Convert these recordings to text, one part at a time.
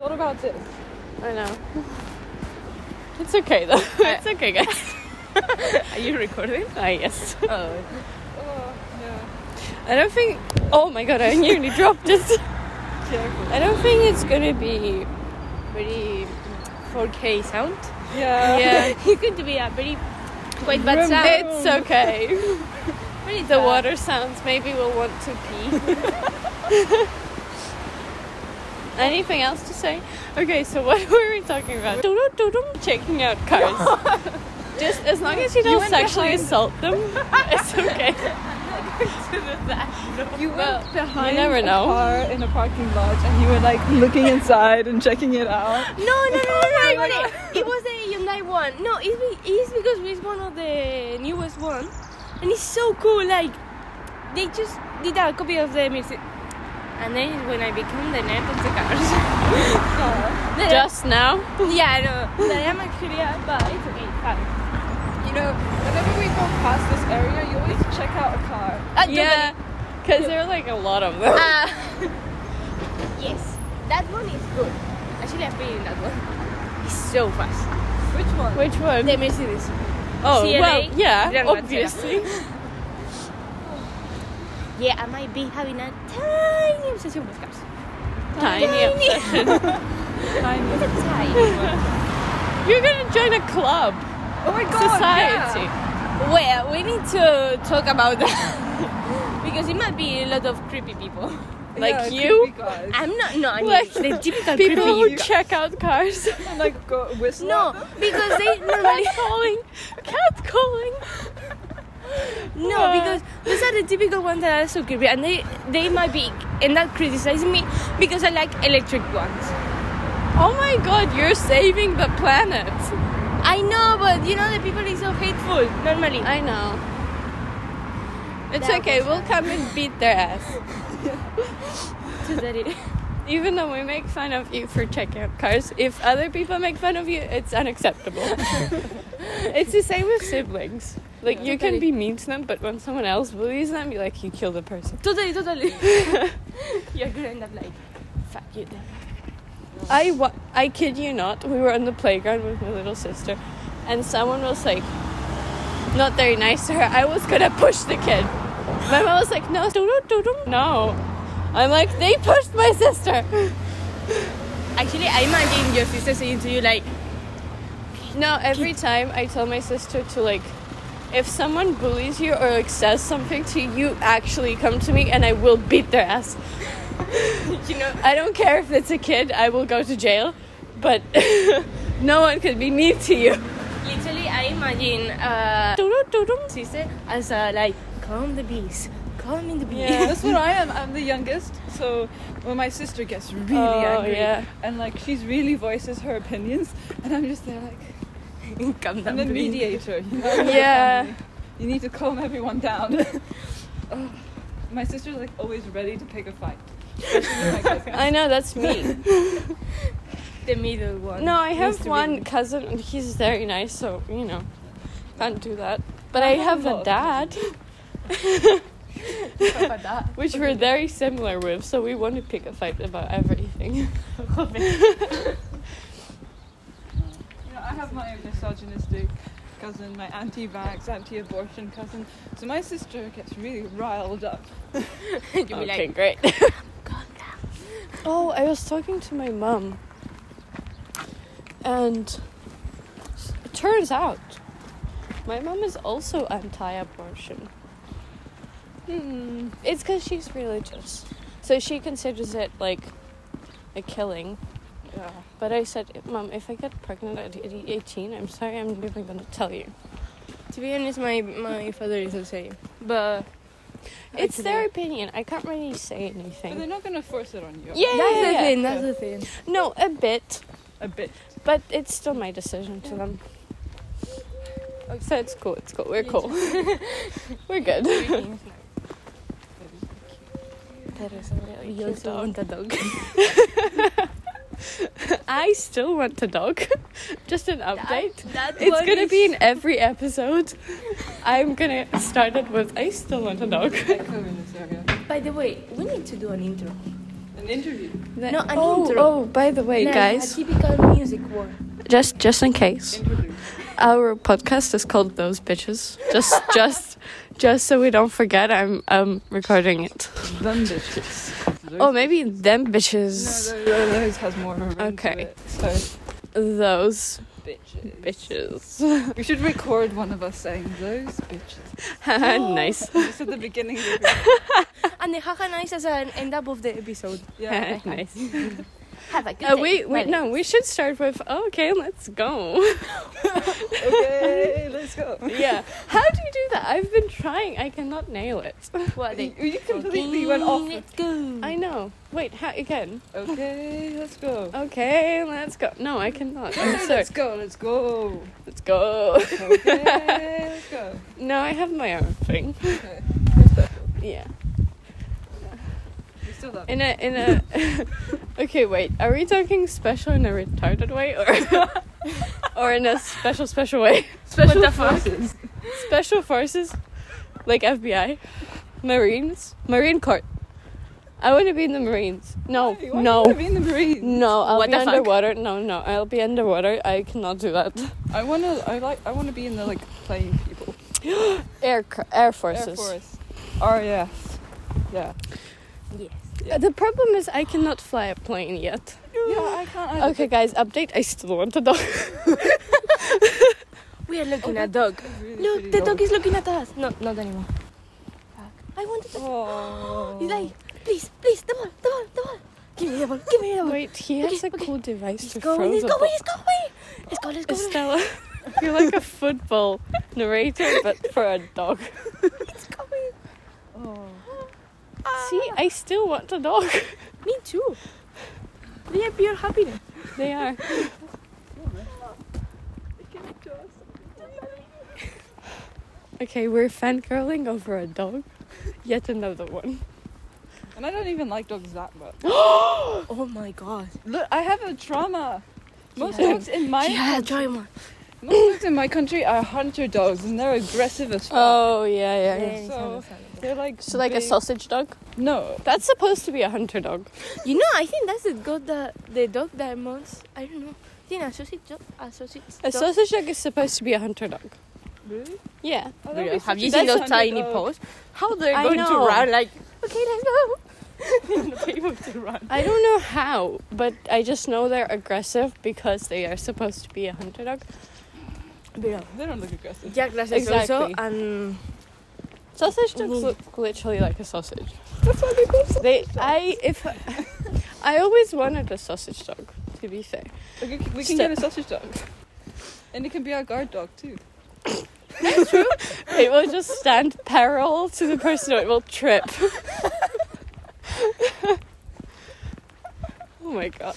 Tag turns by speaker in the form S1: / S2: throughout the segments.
S1: about this?
S2: I know.
S1: It's okay though.
S2: It's okay, guys. Are you recording?
S1: Ah, yes.
S2: Oh.
S1: Oh, no.
S2: I don't think. Oh my god, I nearly dropped it.
S1: Careful.
S2: I don't think it's gonna be very 4K sound.
S1: Yeah.
S2: it's going to be a very quite
S1: Vroom,
S2: bad sound.
S1: vroom.
S2: It's okay.
S1: Pretty
S2: The water sounds maybe we'll want to pee. Anything else to say? Okay, so what were we talking about? Doo-doo-doo-doo. Checking out cars. Just as long as you don't
S1: went
S2: sexually
S1: behind.
S2: assault them, it's okay.
S1: You went
S2: Well,
S1: behind
S2: you never
S1: a
S2: know.
S1: car in a parking lot and you were like looking inside and checking it out.
S3: No, no, no,
S1: my
S3: no, no, no.
S1: God.
S3: It was the Hyundai one. No, it's, be- it's because it's one of the newest one, and it's so cool. Like they just did a copy of the music, and then it's when I became the nerd of the cars. Then-
S2: Just now.
S3: yeah, I know. Then I'm actually a but it's okay, it's fine.
S1: You know, whenever we go past this area, you always check out a car.
S3: Uh,
S2: yeah, because there are like a lot of them.
S3: Uh, yes, that one is good. Actually, I've been in that one. It's so fast.
S1: Which one?
S2: Which one?
S3: The Mercedes.
S2: oh,
S3: CLA.
S2: well, yeah,
S3: Gran Mazzera.
S2: obviously.
S3: Yeah, I might be having a tiny obsession with cars.
S2: Tiny obsession.
S1: Tiny.
S3: Tiny.
S2: You're gonna join a club,
S1: Oh my god.
S2: society.
S3: Well, we need to talk about that because it might be a lot of creepy people.
S1: Yeah.
S2: Like
S1: Yeah, creepy
S2: you?
S1: guys.
S3: I'm not. No, I mean
S2: Like,
S3: the typical
S2: People
S3: creepy.
S2: who check out cars.
S1: And like go whistle.
S3: No,
S1: at them.
S3: because they normally.
S2: Cat calling. Cat calling.
S3: No, because those are the typical ones that are so creepy, and they they might be end up criticizing me because I like electric ones.
S2: Oh my god, you're saving the planet.
S3: I know, but you know the people is so hateful normally.
S2: I know. It's
S3: That
S2: okay,
S3: was
S2: we'll come and beat their ass.
S3: So that it-
S2: Even though we make fun of you for checking out cars, if other people make fun of you, it's unacceptable. it's the same with siblings. Like, you can be mean to them, but when someone else bullies them, you're like, you killed the person.
S3: totally, totally. You're gonna end up like, fuck you. Then.
S2: I, wa- I kid you not, we were on the playground with my little sister, and someone was like, not very nice to her. I was gonna push the kid. My mom was like, no, don't, don't, don't, no. I'm like, they pushed my sister.
S3: Actually, I imagine your sister saying to you like,
S2: No, every time I tell my sister to like, if someone bullies you or like says something to you, you actually come to me and I will beat their ass.
S3: you know,
S2: I don't care if it's a kid, I will go to jail, but no one could be mean to you.
S3: Literally, I imagine uh,
S2: Doo-doo-doo-doo.
S3: sister as a like calm the beast, calming the beast.
S1: Yeah, that's what I am. I'm the youngest, so when my sister gets really
S2: Oh,
S1: angry
S2: yeah.
S1: and like she's really voices her opinions, and I'm just there like
S3: calm
S1: I'm
S3: down.
S1: the
S3: breathe.
S1: mediator. You know, in the
S2: Yeah.
S1: family. you need to calm everyone down. Ugh. my sister's like always ready to pick a fight. especially with my cousins.
S2: I know, that's me.
S3: The middle one.
S2: No, I
S3: needs to
S2: have
S3: be-
S2: one cousin and he's very nice, so you know, can't do that. But I,
S1: I have
S2: have,
S1: a
S2: a
S1: lot.
S2: dad, which we're very similar with, so we want to pick a fight about everything.
S1: You know, I have my misogynistic cousin, my anti-vax, anti-abortion cousin. So my sister gets really riled up.
S3: You'll be
S2: okay,
S3: like,
S2: great. oh, I was talking to my mum, and s- it turns out my mum is also anti-abortion.
S1: Hmm.
S2: It's because she's religious, so she considers it like a killing.
S1: Yeah.
S2: But I said, Mom, if I get pregnant at 18, I'm sorry, I'm never gonna tell you.
S3: to be honest, my my father is the same, but
S2: It's
S3: Actually,
S2: their
S3: yeah.
S2: opinion. I can't really say
S1: But they're
S2: anything.
S1: not gonna force it on you.
S2: Yeah,
S3: that's the
S2: yeah,
S3: thing.
S1: yeah.
S3: That's the thing.
S2: No, a bit,
S1: A bit.
S2: but it's still my decision to them. So it's cool, it's cool, we're cool. We're good. That is a really
S3: You
S2: cute
S3: also
S2: dog.
S3: want a dog.
S2: I still want a dog. Just an update.
S3: That, that
S2: It's
S3: one
S2: gonna
S3: is-
S2: be in every episode. I'm gonna start it with I still want a dog.
S1: Echo in this area.
S3: By the way, we need to do an intro.
S1: An an interview.
S2: The-
S3: No, an
S2: oh,
S3: intro.
S2: oh, by the way,
S3: Like
S2: guys,
S3: A typical music one.
S2: just just in case,
S1: Interlude.
S2: our podcast is called Those Bitches. Just just just so we don't forget, I'm um recording it.
S1: Them bitches.
S2: Oh, maybe them
S1: No,
S2: bitches.
S1: those, those has more of a ring
S2: Okay.
S1: To it, so
S2: Those
S1: bitches.
S2: bitches.
S1: We should record one of us saying those bitches. Oh.
S2: nice.
S1: Just at the beginning. of the-
S3: And the haha nice as an end up of the episode.
S1: Yeah.
S2: nice.
S3: Have a good
S2: Uh,
S3: day.
S2: wait, wait,
S3: Bye.
S2: no, we should start with oh, okay, let's go.
S1: okay, let's go.
S2: yeah. How do you do that? I've been trying. I cannot nail it.
S3: What
S1: You,
S3: day?
S1: you completely went off. the-
S3: Let's go.
S2: I know. Wait, how again?
S1: Okay, let's go.
S2: Okay, let's go. No, I cannot. I'm sorry.
S1: Let's go. Let's go.
S2: Let's go.
S1: Okay, let's go.
S2: No, I have my own thing.
S1: Okay.
S2: Yeah.
S1: We still love
S2: In a in a Okay, wait. Are we talking special in a retarded way or or in a special special way?
S1: Special
S2: the fuck?
S1: forces.
S2: Special forces like FBI, Marines, Marine Corps. I want to be in the Marines. No.
S1: Why? Why do you wanna
S2: no.
S1: be in the Marines?
S2: No, I'll
S3: What
S2: be
S3: the fuck?
S2: underwater. No, no. I'll be underwater. I cannot do that.
S1: I wanna. I like. I wanna be in the like plane people.
S2: Air Air Forces.
S1: Air Force. RAF. Yeah.
S3: Yes.
S2: Uh, The problem is I cannot fly a plane yet.
S1: Yeah, I can't. either.
S2: Okay, guys, update. I still want a dog.
S3: We are looking at dog.
S1: Oh, Really
S3: Oh, Look,
S1: pretty
S3: the
S1: dog.
S3: dog is looking at us. No, not anymore. Fuck. I wanted the
S1: Oh.
S3: He's like, please, please, the ball, the ball, the ball. Give me the ball, give me the ball.
S2: Wait, he has
S3: Okay,
S2: a
S3: okay.
S2: cool device
S3: He's
S2: to
S3: going,
S2: throw
S3: he's
S2: the
S3: going,
S2: ball.
S3: he's going. Let's go, let's go. Let's go.
S2: Estella, you're like a football narrator, but for a dog.
S3: It's going. Ah.
S1: Oh.
S2: See, I still want a dog.
S3: Me too. They are pure happiness.
S2: They are. Okay, we're fangirling over a dog. Yet another one.
S1: And I don't even like dogs that much.
S3: Oh my god.
S1: Look, I have a trauma. Most
S2: Yeah.
S1: dogs in my
S3: Yeah, drama.
S1: most dogs in my country are hunter dogs, and they're aggressive as fuck.
S2: Oh, yeah, yeah. yeah.
S1: so- They're like
S2: So, like a
S1: big-
S2: sausage dog?
S1: No,
S2: That's supposed to be a hunter dog.
S3: You know, I think that's the god that the dog that mounts. I don't know. I think a sausage dog. A sausage
S2: A
S3: dog.
S2: sausage dog is supposed to be a hunter dog.
S1: really?
S2: Yeah.
S1: Oh, that'd be such
S3: Have you
S1: a
S3: seen
S1: nice
S3: those
S1: hunter
S3: tiny
S1: dog.
S3: paws? How they're
S2: I
S3: going
S2: know.
S3: to run? Like, okay, let's go.
S2: I don't know how, but I just know they're aggressive because they are supposed to be a hunter dog.
S1: They don't look aggressive.
S3: Jack Russell
S2: Exactly.
S3: also and
S2: Sausage dogs
S3: Mhm.
S2: look literally like a sausage. They, I, if, I always wanted a sausage dog. To be fair,
S1: Like, we can- we can
S2: Step-
S1: get a sausage dog, and it can be our guard dog too.
S2: it will just stand parallel to the person, or it will trip. oh my god!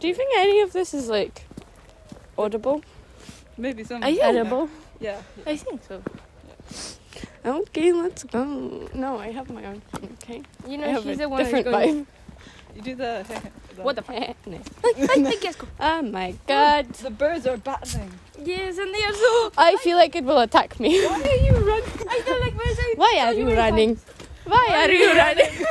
S2: Do you think any of this is like audible,
S1: Maybe some.
S3: Are you- Yeah.
S2: edible?
S1: Yeah.
S3: I think so.
S2: Okay, let's go. No, I have my own thing. Okay,
S3: You
S2: I
S3: know,
S2: have
S3: she's
S2: a
S3: the one who's
S2: different
S3: going.
S2: vibe.
S1: You do the. the
S3: What the f?
S2: No.
S3: Like, like, like, yes, go.
S2: Oh my god.
S1: The birds are battling.
S3: Yes, and they are so.
S2: I feel like it will attack me.
S3: Why are you running? I don't like birds. I
S2: Why
S3: tell
S2: are you
S3: many
S2: running?
S3: times.
S2: Why are you running?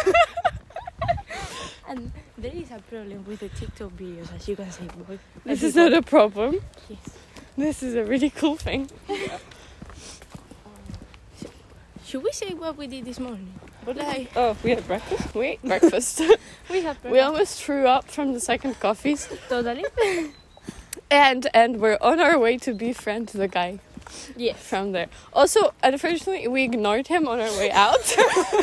S3: And there is a problem with the TikTok videos, as you can see. Boy.
S2: This is not a problem.
S3: Yes.
S2: This is a really cool thing.
S3: Should we say what we did this morning?
S2: What did
S3: Like,
S1: Oh, we had breakfast.
S2: We ate breakfast.
S3: we have
S2: we almost threw up from the second coffees.
S3: totally.
S2: And and we're on our way to befriend the guy
S3: yes.
S2: from there. Also, unfortunately we ignored him on our way out.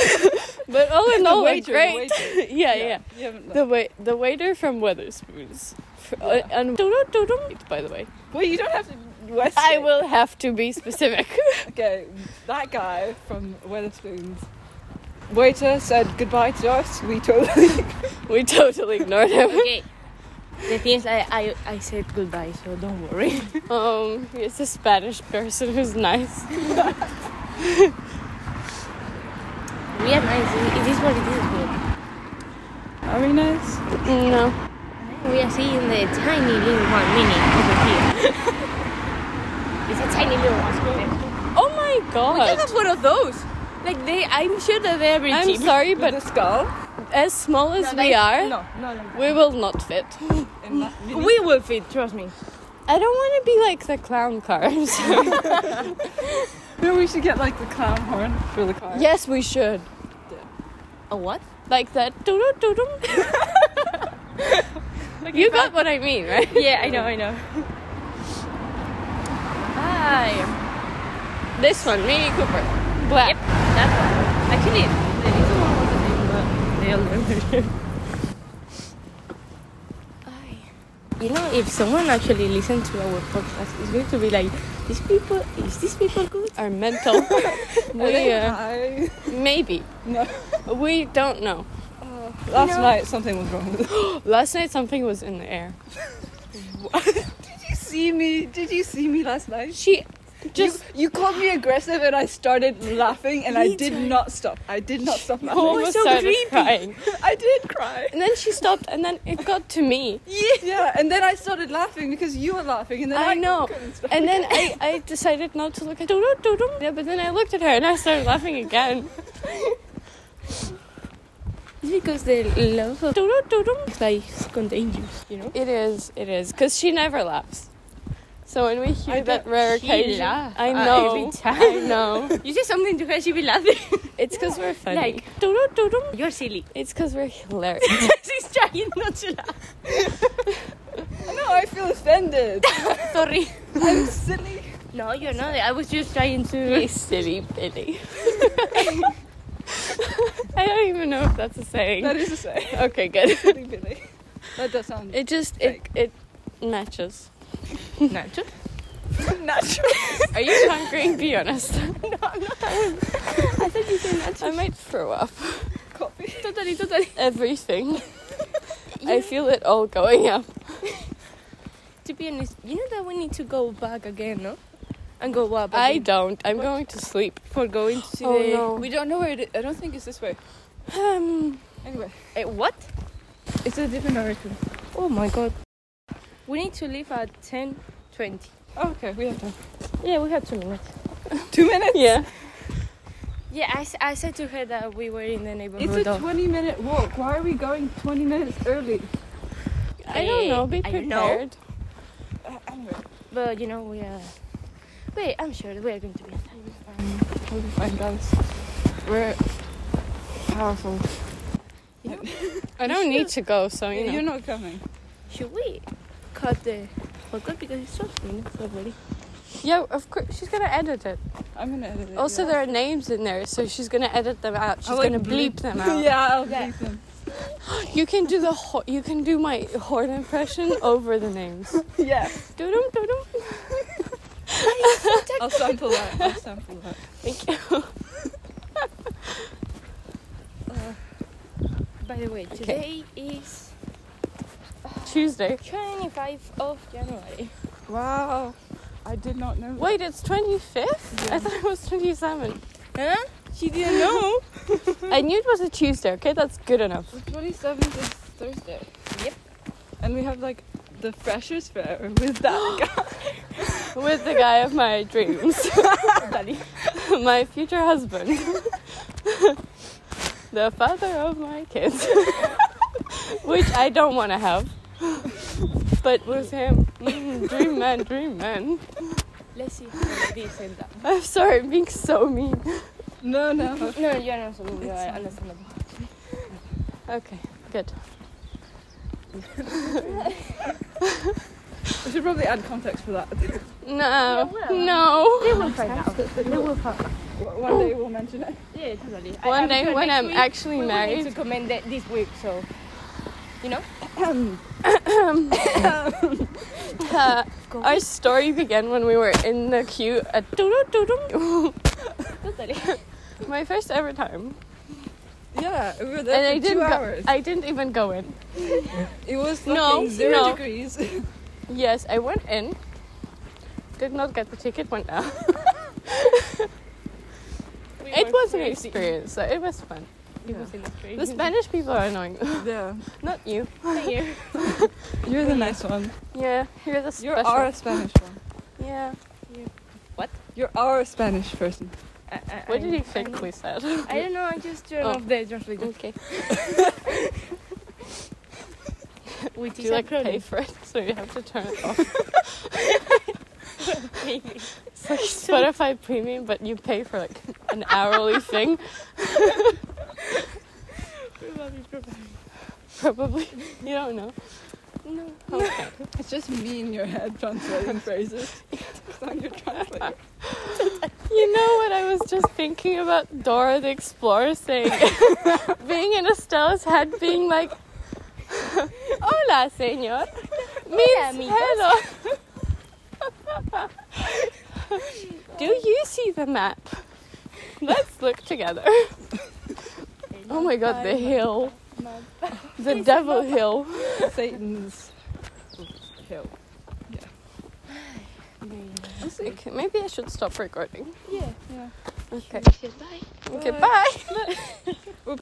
S2: but all in all, we're great. Yeah, yeah.
S1: You haven't.
S2: The wait, the waiter from Weatherspoons. F- uh,
S1: Yeah.
S2: And don't don't by the way.
S1: Well, you don't have to. West
S2: I will have to be specific.
S1: Okay, that guy from Weatherspoons. Waiter said goodbye to us. We totally.
S2: we totally ignored him.
S3: Okay. The things I, I I said goodbye, so don't worry.
S2: Um, it's a Spanish person who's nice.
S3: We are nice. It it is what it is. But
S1: Are we nice?
S2: No.
S3: we are seeing the tiny little one minute over here. it's a tiny little one.
S2: Oh my god.
S3: one of those. Like they, I'm sure that they are very
S2: I'm
S3: cheap.
S2: sorry,
S1: With the
S2: but
S1: skull.
S2: as small as
S1: No,
S2: we
S1: they-
S2: are,
S1: No, no, no.
S2: we will not fit.
S1: In that mini-
S3: We will fit, trust me.
S2: I don't want to be like the clown car. I'm sorry.
S1: No, we should get like the clown horn for the car.
S2: yes, we should.
S3: A what?
S2: Like that. doo-doo-doo-doo. you got what I mean, right?
S3: Yeah, I know, I know. Hi.
S2: This one, Mini Cooper. Black.
S3: Yep, that one. Actually, the little one was the same, but they all look You know, if someone actually listens to our podcast, it's going to be like, these people, is these people good?
S2: Are mental.
S1: Are
S2: we
S1: they
S2: uh,
S1: high?
S2: maybe.
S1: No.
S2: We don't know.
S1: Last
S3: No.
S1: night something was wrong. Did
S2: Last night something was in the air.
S1: you see me? Did you see me last night?
S2: She just
S1: you, you called me aggressive and I started laughing and I
S2: Me
S1: did
S2: too.
S1: not stop. I did not stop laughing.
S2: almost
S3: so
S2: started
S3: creepy.
S2: crying.
S1: I did cry.
S2: And then she stopped and then it got to me.
S1: Yeah. yeah, and then I started laughing because you were laughing and then I,
S2: I know.
S1: couldn't stop.
S2: And then I, I decided not to look at yeah, but then I looked at her and I started laughing again.
S3: It's because the love of is like contagious, you know?
S2: It is, it is. Because she never laughs. So when we hear
S1: I
S2: that
S1: don't-
S2: rare
S3: she
S2: occasion,
S3: laugh
S2: I
S3: at
S2: know.
S3: every
S2: I know.
S3: You say something to her, she will laugh.
S2: It's because we're funny.
S3: Like- You're silly.
S2: It's because we're hilarious.
S3: She's trying not to laugh.
S1: No, I feel offended.
S3: Sorry.
S1: I'm silly.
S3: No, you're not. I was just trying to.
S2: you silly Billy. I don't even know if that's a saying.
S1: That is to say.
S2: okay, good.
S1: Silly Billy. That does sound
S2: It just it it matches.
S3: Nacho?
S1: natural.
S2: Are you hungry? Be honest.
S3: No, I'm not. I thought you said nacho.
S2: I might throw up.
S1: Copy.
S3: Totally, totally.
S2: Everything. I feel it all going up.
S3: To be honest, you know that we need to go back again, no? And go up.
S2: I
S3: again
S2: don't. I'm going to sleep.
S3: for going to see
S2: Oh,
S3: the.
S2: no.
S1: We don't know where it is. I don't think it's this way.
S2: Um,
S1: Anyway,
S3: Eh, what?
S1: it's a different direction.
S3: Oh my god. We need to leave at ten twenty.
S1: Oh, Okay, we have time.
S3: Yeah, we have two minutes.
S1: Two minutes?
S2: yeah.
S3: Yeah, I, s- I said to her that we were in the neighborhood.
S1: It's a
S3: of-
S1: 20 minute walk. Why are we going 20 minutes early?
S2: I don't know. Be
S3: I don't
S2: prepared.
S3: know.
S1: Uh, anyway,
S3: But you know, we are. Wait, I'm sure we are going to be. on time.
S1: we'll be fine, guys. We're powerful.
S2: I don't need to go. So you know.
S1: You're not coming.
S3: Should we cut the podcast because it's so minutes already?
S2: Yeah, of course. She's gonna edit it.
S1: I'm gonna edit it.
S2: Also,
S1: yeah.
S2: there are names in there, so she's gonna edit them out. She's
S1: I'll, like,
S2: gonna bleep, them out.
S1: yeah, I'll
S3: Yeah.
S1: leave them.
S2: You can do the ho- you can do my horn impression over the names.
S1: Yeah.
S2: Doo-dum, doo-dum.
S1: I'll sample that. I'll sample that.
S2: Thank you.
S3: By the way, today is
S2: Tuesday.
S3: 25th of January.
S1: Wow. I did not know.
S2: Wait, it's 25th? I thought it was 27.
S3: Huh? She didn't know.
S2: I knew it was a Tuesday, okay? That's good enough.
S1: The 27th is Thursday.
S3: Yep.
S1: And we have like the freshers fair with that guy.
S2: With the guy of my dreams. my future husband. the father of my kids. Which I don't want to have. But with him, mm, dream man, dream man.
S3: Let's see how it is and that.
S2: I'm sorry, I'm being so mean.
S1: No, no.
S3: No, you're not so good. I understand that.
S2: Okay, good.
S1: We should probably add context for that.
S2: No, no.
S3: will find out. They will find out.
S1: One day we'll mention it.
S3: Yeah, totally.
S2: One day when I'm actually
S3: actually we will need to
S2: married.
S3: comment that this week, so. You know?
S2: Uh, our story began when we were in the queue at
S3: Totally.
S2: my first ever time,
S1: Yeah, we were
S2: and
S1: there
S2: I
S1: for two
S2: didn't. Go,
S1: hours.
S2: I didn't even go in.
S1: It was fucking
S2: No,
S1: zero
S2: no.
S1: degrees.
S2: Yes, I went in. Did not get the ticket. Went out.
S3: We
S2: it
S3: were
S2: was an
S3: crazy.
S2: experience. So it was fun.
S3: It was an experience.
S2: The Spanish people are annoying.
S1: yeah,
S2: not you.
S3: Thank you.
S1: you're the nice one.
S2: Yeah, you're the
S1: You're
S2: special.
S1: our Spanish one.
S2: yeah.
S1: You're our Spanish person. I, I,
S2: What did
S1: I-
S2: you think we said?
S3: I don't know. I just turned
S2: Oh.
S3: off the translator.
S2: okay.
S3: Which
S2: Do
S3: is
S2: you like
S3: acronym.
S2: pay for it? So you have to turn it off. It's like Spotify Premium, but you pay for like an hourly thing, probably. You don't know.
S3: No.
S2: Okay.
S1: It's just me in your head translating phrases. It's not your translator.
S2: You know what I was just thinking about Dora the Explorer saying, being in Estella's head, being like, "Hola, señor, means
S3: amigos."
S2: hello." Do you see the map? Let's look together. Oh my God, the hill, the Devil Hill.
S1: Satan's hill. Yeah. I'll see.
S2: Okay, maybe I should stop recording.
S3: Yeah.
S1: Yeah.
S2: Okay.
S3: Bye.
S2: Okay. Bye.